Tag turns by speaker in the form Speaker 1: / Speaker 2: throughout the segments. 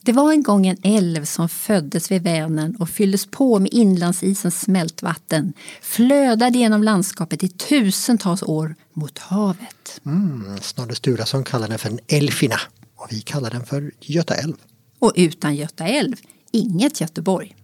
Speaker 1: Det var en gång en älv som föddes vid Vänern och fylldes på med inlandsisens smältvatten, flödade genom landskapet i tusentals år mot havet.
Speaker 2: Mm, Snorre Sturlason kallar den för en älfina och vi kallar den för Göta älv.
Speaker 1: Och utan Göta älv, inget Göteborg.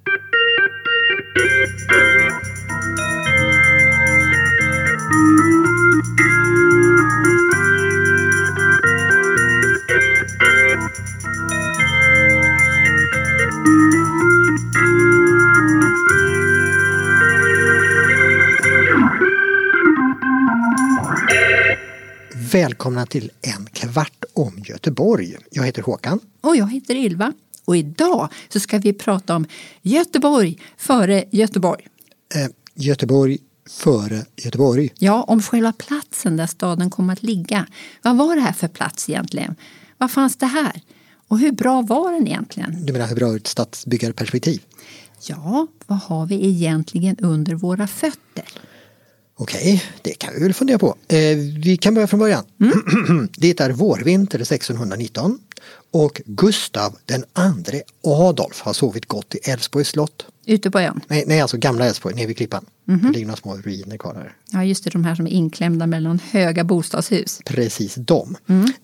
Speaker 2: Välkomna till En kvart om Göteborg. Jag heter Håkan.
Speaker 1: Och jag heter Ylva. Och idag så ska vi prata om Göteborg före Göteborg.
Speaker 2: Eh, Göteborg före Göteborg.
Speaker 1: Ja, om själva platsen där staden kom att ligga. Vad var det här för plats egentligen? Vad fanns det här? Och hur bra var den egentligen?
Speaker 2: Du menar hur bra ur ett stadsbyggarperspektiv?
Speaker 1: Ja, vad har vi egentligen under våra fötter?
Speaker 2: Okej, det kan vi väl fundera på. Eh, vi kan börja från början. det är vårvinter 1619 och Gustav den andre Adolf har sovit gott i Älvsborgs slott.
Speaker 1: Ute på ön?
Speaker 2: Nej, nej alltså gamla Älvsborg, nere vid klippan. Det ligger några små ruiner kvar här.
Speaker 1: Ja, just det, de här som är inklämda mellan höga bostadshus.
Speaker 2: Precis dem.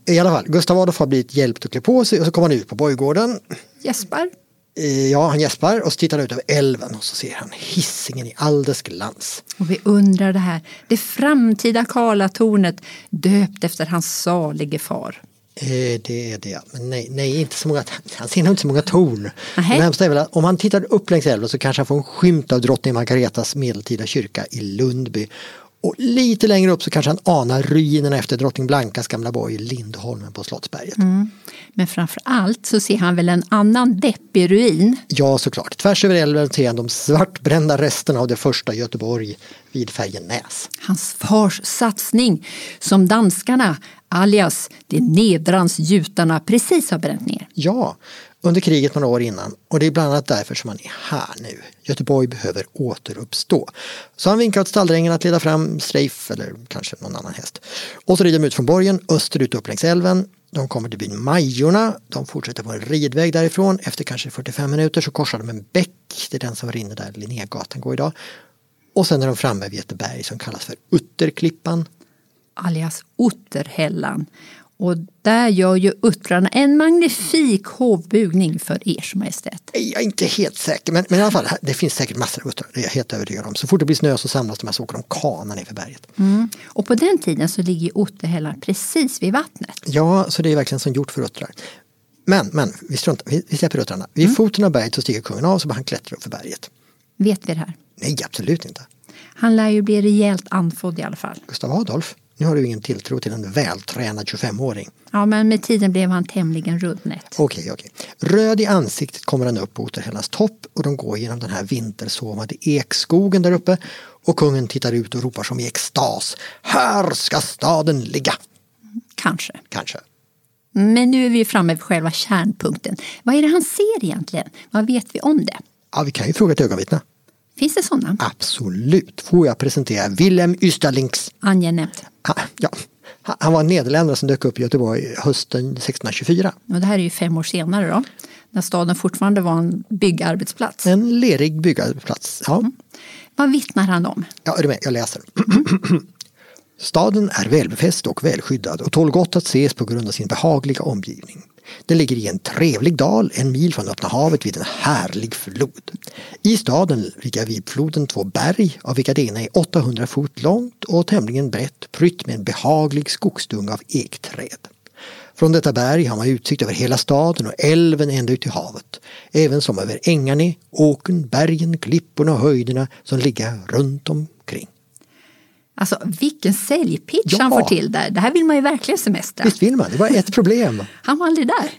Speaker 2: I alla fall, Gustav Adolf har blivit hjälpt att klä på sig och så kommer han ut på borggården.
Speaker 1: Gäspar?
Speaker 2: Eh, Ja, han gäspar och så tittar han ut över älven och så ser han hissingen i all dess glans.
Speaker 1: Och vi undrar det här, det framtida Karlatornet döpt efter hans salige far.
Speaker 2: Eh, Det är det, men nej, nej inte så många, han ser nog inte så många torn. Det
Speaker 1: Nähä.
Speaker 2: närmsta är väl att om han tittar upp längs älven så kanske han får en skymt av drottning Margaretas medeltida kyrka i Lundby. Och lite längre upp så kanske han anar ruinerna efter drottning Blankas gamla borg i Lindholmen på Slottsberget.
Speaker 1: Men framför allt så ser han väl en annan deppig ruin.
Speaker 2: Ja, såklart. Tvärs över älven ser han de svartbrända resterna av det första Göteborg vid färgen Näs.
Speaker 1: Hans fars satsning som danskarna, alias de nedrans jutarna, precis har bränt ner.
Speaker 2: Ja, under kriget några år innan och det är bland annat därför som han är här nu. Göteborg behöver återuppstå. Så han vinkar åt stalldrängen att leda fram Streif eller kanske någon annan häst. Och så rider de ut från borgen österut upp längs älven. De kommer till byn Majorna, de fortsätter på en ridväg därifrån. Efter kanske 45 minuter så korsar de en bäck, det är den som rinner där Linnégatan går idag. Och sen är de framme vid ett berg som kallas för Utterklippan.
Speaker 1: alias Otterhällan. Och där gör ju uttrarna en magnifik hovbugning för Ers Majestät.
Speaker 2: Nej, Jag är inte helt säker, men, men i alla fall, här- det finns säkert massor av uttrar, det är jag helt övertygad om. Så fort det blir snö så samlas de här så åker de kana ner för berget.
Speaker 1: Mm. Och på den tiden så ligger ju Otterhällan precis vid vattnet.
Speaker 2: Ja, så det är verkligen som gjort för uttrar. Men, men, vi, struntar, vi, vi släpper uttrarna. Vid foten av berget så stiger kungen av så börjar han klättra upp för berget.
Speaker 1: Vet vi det här?
Speaker 2: Nej, absolut inte.
Speaker 1: Han lär ju bli rejält andfådd i alla fall.
Speaker 2: Gustav Adolf, nu har du ingen tilltro till en vältränad 25-åring.
Speaker 1: Ja, men med tiden blev han tämligen rundnät.
Speaker 2: Okej, okej. Röd i ansiktet kommer han upp på Otterhällas topp och de går genom den här vintersovande ekskogen där uppe. Och kungen tittar ut och ropar som i extas. Här ska staden ligga!
Speaker 1: Kanske.
Speaker 2: Kanske.
Speaker 1: Men nu är vi ju framme vid själva kärnpunkten. Vad är det han ser egentligen? Vad vet vi om det?
Speaker 2: Ja, vi kan ju fråga ett ögonvittne.
Speaker 1: Finns det sådana?
Speaker 2: Absolut. Får jag presentera Willem Ystalinks.
Speaker 1: Angenämt.
Speaker 2: Ha- Ja. ha- Han var en nederländare som dök upp i Göteborg hösten 1624.
Speaker 1: Och det här är ju fem år senare då, när staden fortfarande var en byggarbetsplats.
Speaker 2: En lerig byggarbetsplats. Ja.
Speaker 1: Vad vittnar han om?
Speaker 2: Ja, är du med? Jag läser. Staden är välbefäst och välskyddad och tål gott att ses på grund av sin behagliga omgivning. Den ligger i en trevlig dal, en mil från öppna havet vid en härlig flod. I staden ligger vid floden två berg, av vilka det ena är 800 fot långt och tämligen brett, prytt med en behaglig skogsdunge av ekträd. Från detta berg har man utsikt över hela staden och älven ända ut till havet. Även som över ängarna, åkern, bergen, klipporna och höjderna som ligger runt omkring.
Speaker 1: Alltså vilken säljpitch
Speaker 2: Ja.
Speaker 1: han får till där. Det här vill man ju verkligen semestra.
Speaker 2: Visst vill man? Det var ett problem.
Speaker 1: Han var aldrig där.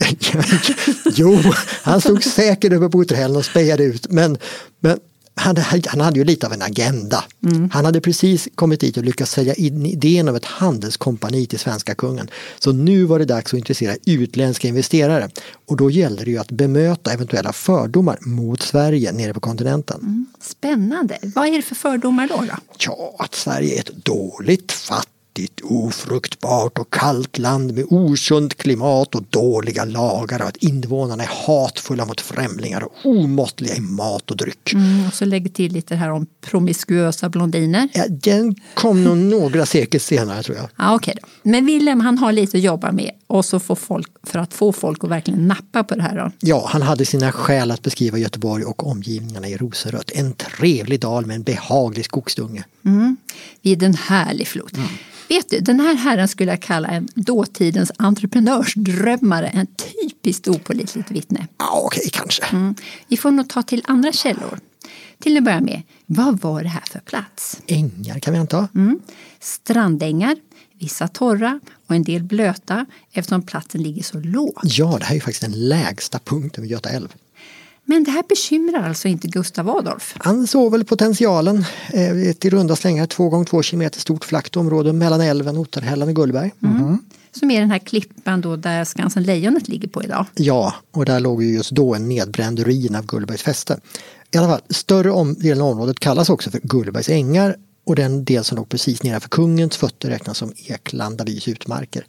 Speaker 2: jo, han stod säkert uppe på hotellen och spejade ut. Men, men han, han hade ju lite av en agenda. Han hade precis kommit dit och lyckats sälja in idén om ett handelskompani till svenska kungen. Så nu var det dags att intressera utländska investerare. Och då gällde det ju att bemöta eventuella fördomar mot Sverige nere på kontinenten.
Speaker 1: Spännande. Vad är det för fördomar då? då?
Speaker 2: Ja, att Sverige är ett dåligt, fattigt ödigt, ofruktbart och kallt land med osunt klimat och dåliga lagar och att invånarna är hatfulla mot främlingar och omåttliga i mat och dryck.
Speaker 1: Mm, och så lägg till lite här om promiskuösa blondiner.
Speaker 2: Ja, den kom nog några sekel senare tror jag.
Speaker 1: Ja, okej då. Men Willem han har lite att jobba med och så får folk, för att få folk att verkligen nappa på det här. Då.
Speaker 2: Ja, han hade sina skäl att beskriva Göteborg och omgivningarna i rosenrött. En trevlig dal med en behaglig skogsdunge.
Speaker 1: Mm. Vid en härlig flod. Vet du, den här herren skulle jag kalla en dåtidens entreprenörsdrömmare, en typiskt opålitligt vittne.
Speaker 2: Ja, okej, kanske.
Speaker 1: Mm. Vi får nog ta till andra källor. Till att börja med, vad var det här för plats?
Speaker 2: Ängar kan vi anta.
Speaker 1: Mm. Strandängar, vissa torra och en del blöta eftersom platsen ligger så lågt.
Speaker 2: Ja, det här är ju faktiskt den lägsta punkten vid Göta älv.
Speaker 1: Men det här bekymrar alltså inte Gustav Adolf.
Speaker 2: Han såg väl potentialen. Eh, Ett i runda slängar 2 gånger 2 kilometer stort flackt område mellan älven, Otterhällan och Gullberg. Mm.
Speaker 1: Som är den här klippan då där Skansen Lejonet ligger på idag.
Speaker 2: Ja, och där låg ju just då en nedbränd ruin av Gullbergs fäste. I alla fall, större om delen av området kallas också för Gullbergs ängar och den del som låg precis nedanför kungens fötter räknas som Eklanda bys utmarker.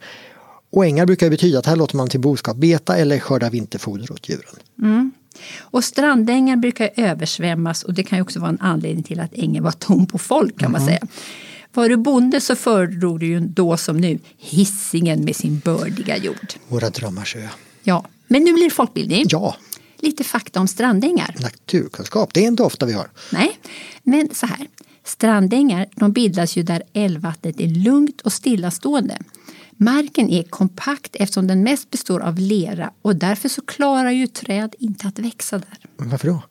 Speaker 2: Och ängar brukar ju betyda att här låter man till boskap beta eller skörda vinterfoder åt djuren.
Speaker 1: Och strandängar brukar översvämmas och det kan ju också vara en anledning till att ängen var tom på folk kan man säga. Var du bonde så föredrog du ju då som nu hissingen med sin bördiga jord.
Speaker 2: Våra drömmars ö.
Speaker 1: Ja, men nu blir det folkbildning.
Speaker 2: Ja,
Speaker 1: Lite fakta om strandängar.
Speaker 2: naturkunskap, det är inte ofta vi har.
Speaker 1: Nej, men så här. Strandängar de bildas ju där älvvattnet är lugnt och stillastående. Marken är kompakt eftersom den mest består av lera och därför så klarar ju träd inte att växa där.
Speaker 2: Varför då?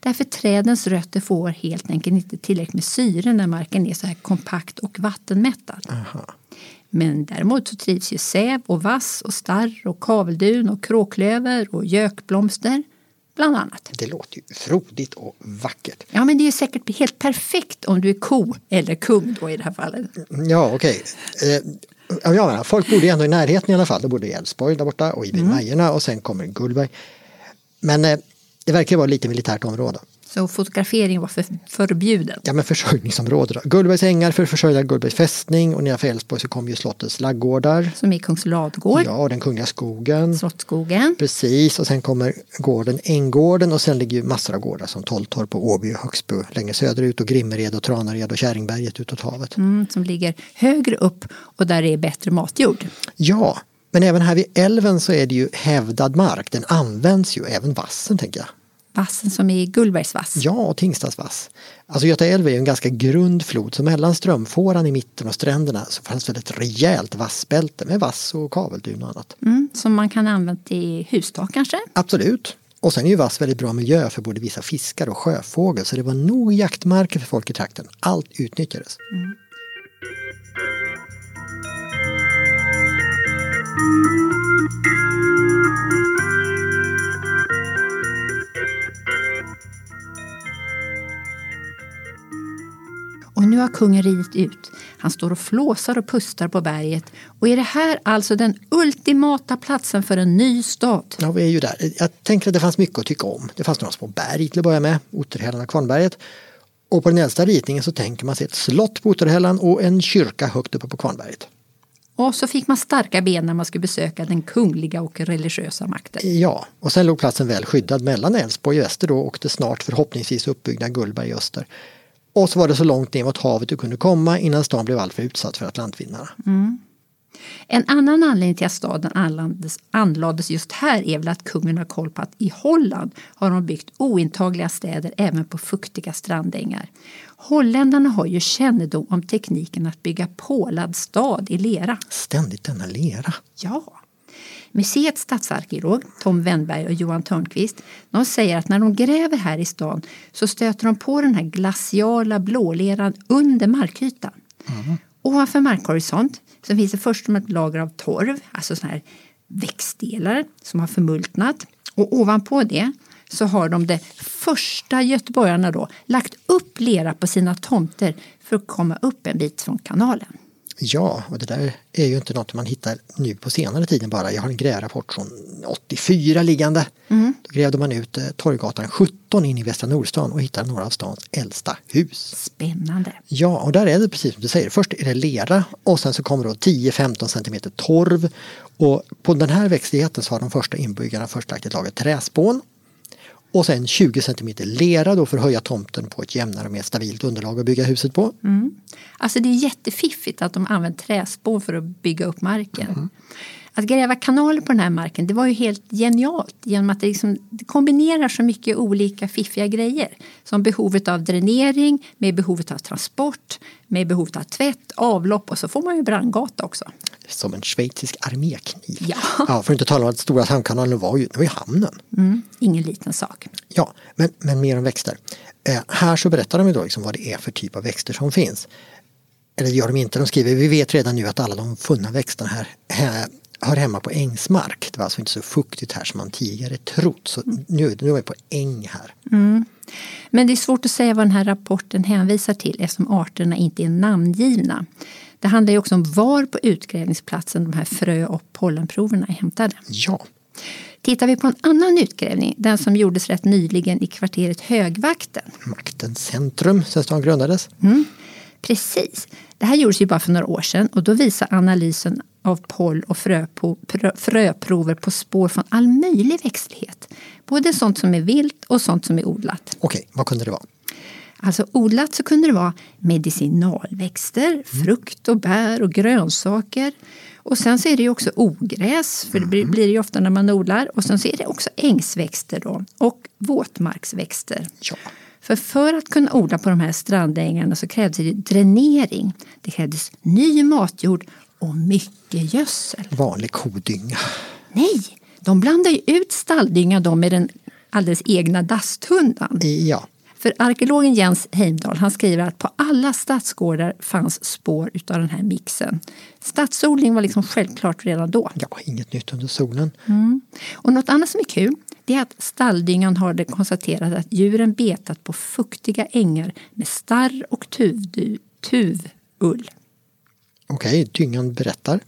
Speaker 1: Därför trädens rötter får helt enkelt inte tillräckligt med syre när marken är så här kompakt och vattenmättad. Men däremot så trivs ju säv och vass och starr och kaveldun och kråklöver och gökblomster bland annat.
Speaker 2: Det låter ju frodigt och vackert.
Speaker 1: Ja men det är ju säkert helt perfekt om du är ko eller kung då i det här fallet.
Speaker 2: Ja, okej. Eh, ja, jag menar, folk bodde ju ändå i närheten i alla fall. De bodde i Älvsborg där borta och i vid Majerna och sen kommer Gullberg. Men eh, det verkar vara lite militärt område.
Speaker 1: Så fotografering var för, förbjuden.
Speaker 2: Ja, men försörjningsområde då. Gullbergs ängar för att försörja Gullbergs fästning och nedanför Älvsborg så kom ju slottets laggårdar.
Speaker 1: Som i Kungs ladugård,
Speaker 2: Ja, och den kungliga skogen.
Speaker 1: Slottsskogen.
Speaker 2: Precis, och sen kommer gården Änggården och sen ligger ju massor av gårdar som Tolltorp och Åby och Högsbo längre söderut och Grimmered och Tranared och Käringberget utåt havet.
Speaker 1: Mm, som ligger högre upp och där det är bättre matjord.
Speaker 2: Ja, men även här vid älven så är det ju hävdad mark. Den används ju, även vassen tänker jag.
Speaker 1: Vassen som i Gullbergsvass.
Speaker 2: Ja, och Tingstadsvass. Alltså Göta älv är ju en ganska grund flod så mellan strömfåran i mitten och stränderna så fanns väl ett rejält vassbälte med vass och kaveldun och annat.
Speaker 1: Mm, som man kan använda till hustak kanske.
Speaker 2: Absolut. Och sen är ju vass väldigt bra miljö för både vissa fiskar och sjöfågel så det var nog jaktmarker för folk i trakten. Allt utnyttjades.
Speaker 1: Och nu har kungen ridit ut. Han står och flåsar och pustar på berget. Och är det här alltså den ultimata platsen för en ny stad?
Speaker 2: Ja, vi är ju där. Jag tänker att det fanns mycket att tycka om. Det fanns några små berg till att börja med, Otterhällan och Kvarnberget. Och på den äldsta ritningen så tänker man sig ett slott på Otterhällan och en kyrka högt uppe på Kvarnberget.
Speaker 1: Och så fick man starka ben när man skulle besöka den kungliga och religiösa makten.
Speaker 2: Ja, och sen låg platsen väl skyddad mellan Älvsborg i väster då och det snart förhoppningsvis uppbyggda Gullberg i öster. Och så var det så långt ner mot havet du kunde komma innan stan blev alltför utsatt för atlantvindarna.
Speaker 1: En annan anledning till att staden anlades, anlades just här är väl att kungen har koll på att i Holland har de byggt ointagliga städer även på fuktiga strandängar. Holländarna har ju kännedom om tekniken att bygga pålad stad i lera.
Speaker 2: Ständigt denna lera.
Speaker 1: Ja. Museets stadsarkeolog Tom Wennberg och Johan Törnqvist de säger att när de gräver här i stan så stöter de på den här glaciala blåleran under markytan. Ovanför markhorisont så finns det först som ett lager av torv, alltså såna här växtdelar som har förmultnat. Och ovanpå det så har de de första göteborgarna då lagt upp lera på sina tomter för att komma upp en bit från kanalen.
Speaker 2: Ja, och det där är ju inte något man hittar nu på senare tiden bara. Jag har en grävrapport från 84 liggande. Då grävde man ut eh, Torggatan 17 in i Västra Nordstan och hittade några av stans äldsta hus.
Speaker 1: Spännande.
Speaker 2: Ja, och där är det precis som du säger. Först är det lera och sen så kommer då 10-15 centimeter torv. Och på den här växtligheten så har de första inbyggarna först lagt ett lager träspån. Och sen 20 centimeter lera då för att höja tomten på ett jämnare och mer stabilt underlag att bygga huset på.
Speaker 1: Alltså det är jättefiffigt att de använt träspån för att bygga upp marken. Att gräva kanaler på den här marken det var ju helt genialt genom att det, liksom, det kombinerar så mycket olika fiffiga grejer. Som behovet av dränering, med behovet av transport, med behovet av tvätt, avlopp och så får man ju brandgata också.
Speaker 2: Som en schweizisk armékniv.
Speaker 1: Ja.
Speaker 2: ja, för att inte tala om att stora hamnkanalen var ju, det var ju hamnen.
Speaker 1: Mm, ingen liten sak.
Speaker 2: Ja, men, men mer om växter. Eh, här så berättar de ju då liksom vad det är för typ av växter som finns. Eller det gör de inte, de skriver vi vet redan nu att alla de funna växterna här eh, hör hemma på ängsmark. Det var alltså inte så fuktigt här som man tidigare trott. Så nu, nu är vi på äng här.
Speaker 1: Men det är svårt att säga vad den här rapporten hänvisar till eftersom arterna inte är namngivna. Det handlar ju också om var på utgrävningsplatsen de här frö och pollenproverna är hämtade.
Speaker 2: Ja,
Speaker 1: Tittar vi på en annan utgrävning, den som gjordes rätt nyligen i kvarteret Högvakten.
Speaker 2: maktens centrum sen stan grundades.
Speaker 1: Precis. Det här gjordes ju bara för några år sedan och då visar analysen av poll och fröpo, prö, fröprover på spår från all möjlig växtlighet. Både sånt som är vilt och sånt som är odlat.
Speaker 2: Okej, vad kunde det vara?
Speaker 1: Alltså odlat så kunde det vara medicinalväxter, frukt och bär och grönsaker. Och sen så är det ju också ogräs, för det blir blir det ju ofta när man odlar. Och sen så är det också ängsväxter då, och våtmarksväxter.
Speaker 2: Ja.
Speaker 1: För, för att kunna odla på de här strandängarna så krävdes det dränering. Det krävdes ny matjord och mycket gödsel.
Speaker 2: Vanlig kodynga.
Speaker 1: Nej, de blandar ju ut stalldynga de med den alldeles egna dasthundan.
Speaker 2: I- Ja,
Speaker 1: För arkeologen Jens Heimdal han skriver att på alla stadsgårdar fanns spår utav den här mixen. Stadsodling var liksom självklart redan då.
Speaker 2: ja, inget nytt under solen.
Speaker 1: Och något annat som är kul det är att stalldyngan har det konstaterat att djuren betat på fuktiga ängar med starr och tuvdu, tuvull.
Speaker 2: Okej, dyngan berättar.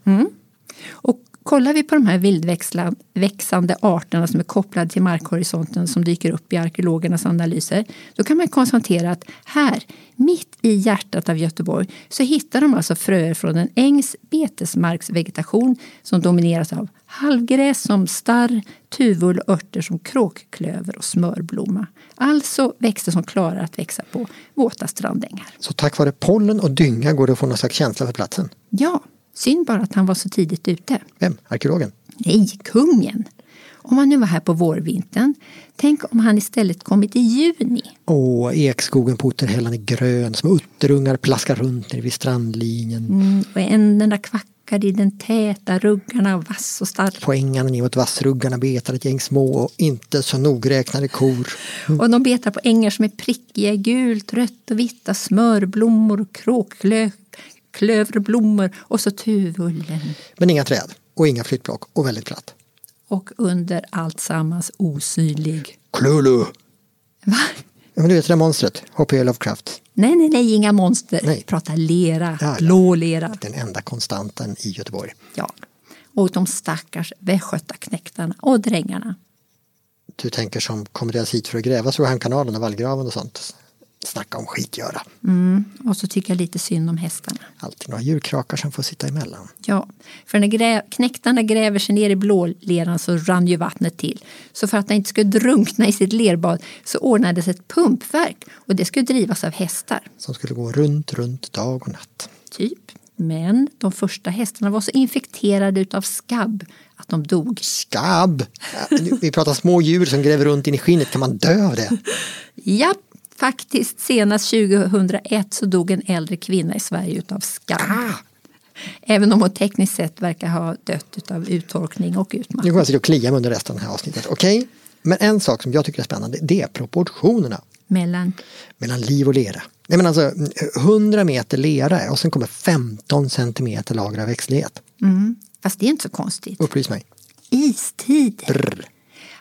Speaker 1: Och kollar vi på de här vildväxande arterna som är kopplade till markhorisonten som dyker upp i arkeologernas analyser, då kan man konstatera att här, mitt i hjärtat av Göteborg, så hittar de alltså fröer från en ängs betesmarksvegetation som domineras av halvgräs som starr, tuvull och örter som kråkklöver och smörblomma. Alltså växter som klarar att växa på våta strandängar.
Speaker 2: Så tack vare pollen och dynga går det att få någon slags känsla för platsen.
Speaker 1: Ja, synd bara att han var så tidigt ute.
Speaker 2: Vem? Arkeologen?
Speaker 1: Nej, kungen! Om han nu var här på vårvintern, tänk om han istället kommit i juni.
Speaker 2: Åh, ekskogen på Otterhällan är grön, som utterungar plaskar runt nere vid strandlinjen.
Speaker 1: Mm, och änderna kvackade i den täta, ruggarna var vass och stark.
Speaker 2: På ängarna neråt vassruggarna betar ett gäng små och inte så nogräknade kor.
Speaker 1: Och de betar på ängar som är prickiga, i gult, rött och vitt av smörblommor, kråklök, klöverblommor och så tuvullen.
Speaker 2: Men inga träd och inga flyttblock och väldigt platt.
Speaker 1: Och under allt sammans osynlig.
Speaker 2: Klulu!
Speaker 1: Va?
Speaker 2: Ja, men du vet det där monstret, H.P. Lovecraft.
Speaker 1: Nej, nej, nej, inga monster.
Speaker 2: Nej.
Speaker 1: Prata lera,
Speaker 2: Ja, ja.
Speaker 1: blå lera.
Speaker 2: Den enda konstanten i Göteborg.
Speaker 1: Ja. Och de stackars västgötaknektarna och drängarna.
Speaker 2: Du tänker som kommer deras hit för att gräva Sohankanalen och vallgraven och sånt. Snacka om skitgöra.
Speaker 1: Och så tycker jag lite synd om hästarna.
Speaker 2: Alltid några djurkrakar som får sitta emellan.
Speaker 1: Ja, för när grä, knektarna gräver sig ner i blåleran så rann ju vattnet till. Så för att de inte skulle drunkna i sitt lerbad så ordnades ett pumpverk och det skulle drivas av hästar.
Speaker 2: Som skulle gå runt, runt, dag och natt.
Speaker 1: Typ. Men de första hästarna var så infekterade utav skabb att de dog.
Speaker 2: Skabb! Ja, nu- Vi pratar små djur som gräver runt in i skinnet, kan man dö av det?
Speaker 1: Ja, faktiskt senast 2001 så dog en äldre kvinna i Sverige utav skabb.
Speaker 2: Ah!
Speaker 1: Även om hon tekniskt sett verkar ha dött utav uttorkning och
Speaker 2: Nu
Speaker 1: utmattning.
Speaker 2: kommer jag sitta och klia mig under resten av det här avsnittet. Okej? Men en sak som jag tycker är spännande, det är proportionerna
Speaker 1: Mellan
Speaker 2: mellan liv och lera. Nej men alltså, 100 meter lera och sen kommer 15 centimeter lager av växtlighet.
Speaker 1: Mm. Fast det är inte så konstigt.
Speaker 2: Upplys mig.
Speaker 1: Istid.
Speaker 2: Brr.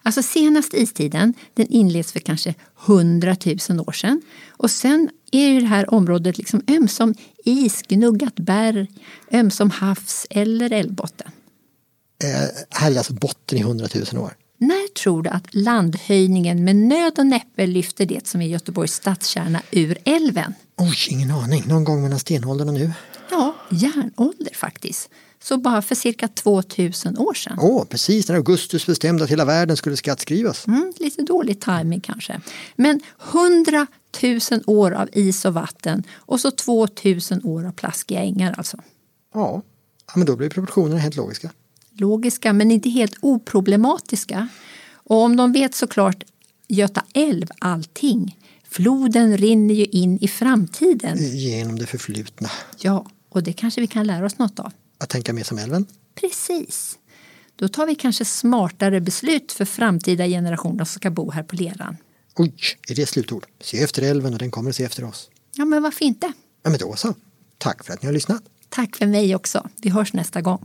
Speaker 1: Alltså senast istiden, den inleds för kanske 100 000 år sedan. Och sen är ju det här området liksom ömsom is, gnuggat berg, ömsom havs eller älvbotten.
Speaker 2: Eh, här är alltså botten i 100 000 år.
Speaker 1: När tror du att landhöjningen med nöd och näppe lyfter det som är Göteborgs stadskärna ur älven?
Speaker 2: Oj, ingen aning. Någon gång mellan stenåldern och nu.
Speaker 1: Ja, järnålder faktiskt. Så bara för cirka 2000 år sedan.
Speaker 2: Åh, precis när Augustus bestämde att hela världen skulle skattskrivas.
Speaker 1: Mm, lite dålig timing kanske. Men 100 000 år av is och vatten och så 2000 år av plaskiga ängar alltså.
Speaker 2: Ja, ja men då blir proportionerna helt logiska.
Speaker 1: Logiska men inte helt oproblematiska. Och om de vet såklart Göta älv allting. Floden rinner ju in i framtiden.
Speaker 2: Mm. Genom det förflutna.
Speaker 1: Ja, och det kanske vi kan lära oss något av.
Speaker 2: Att tänka mer som älven.
Speaker 1: Precis. Då tar vi kanske smartare beslut för framtida generationer som ska bo här på Leran.
Speaker 2: Oj, är det slutord? Se efter älven och den kommer att se efter oss.
Speaker 1: Ja, men varför inte?
Speaker 2: Ja, men då så. Tack för att ni har lyssnat.
Speaker 1: Tack för mig också. Vi hörs nästa gång.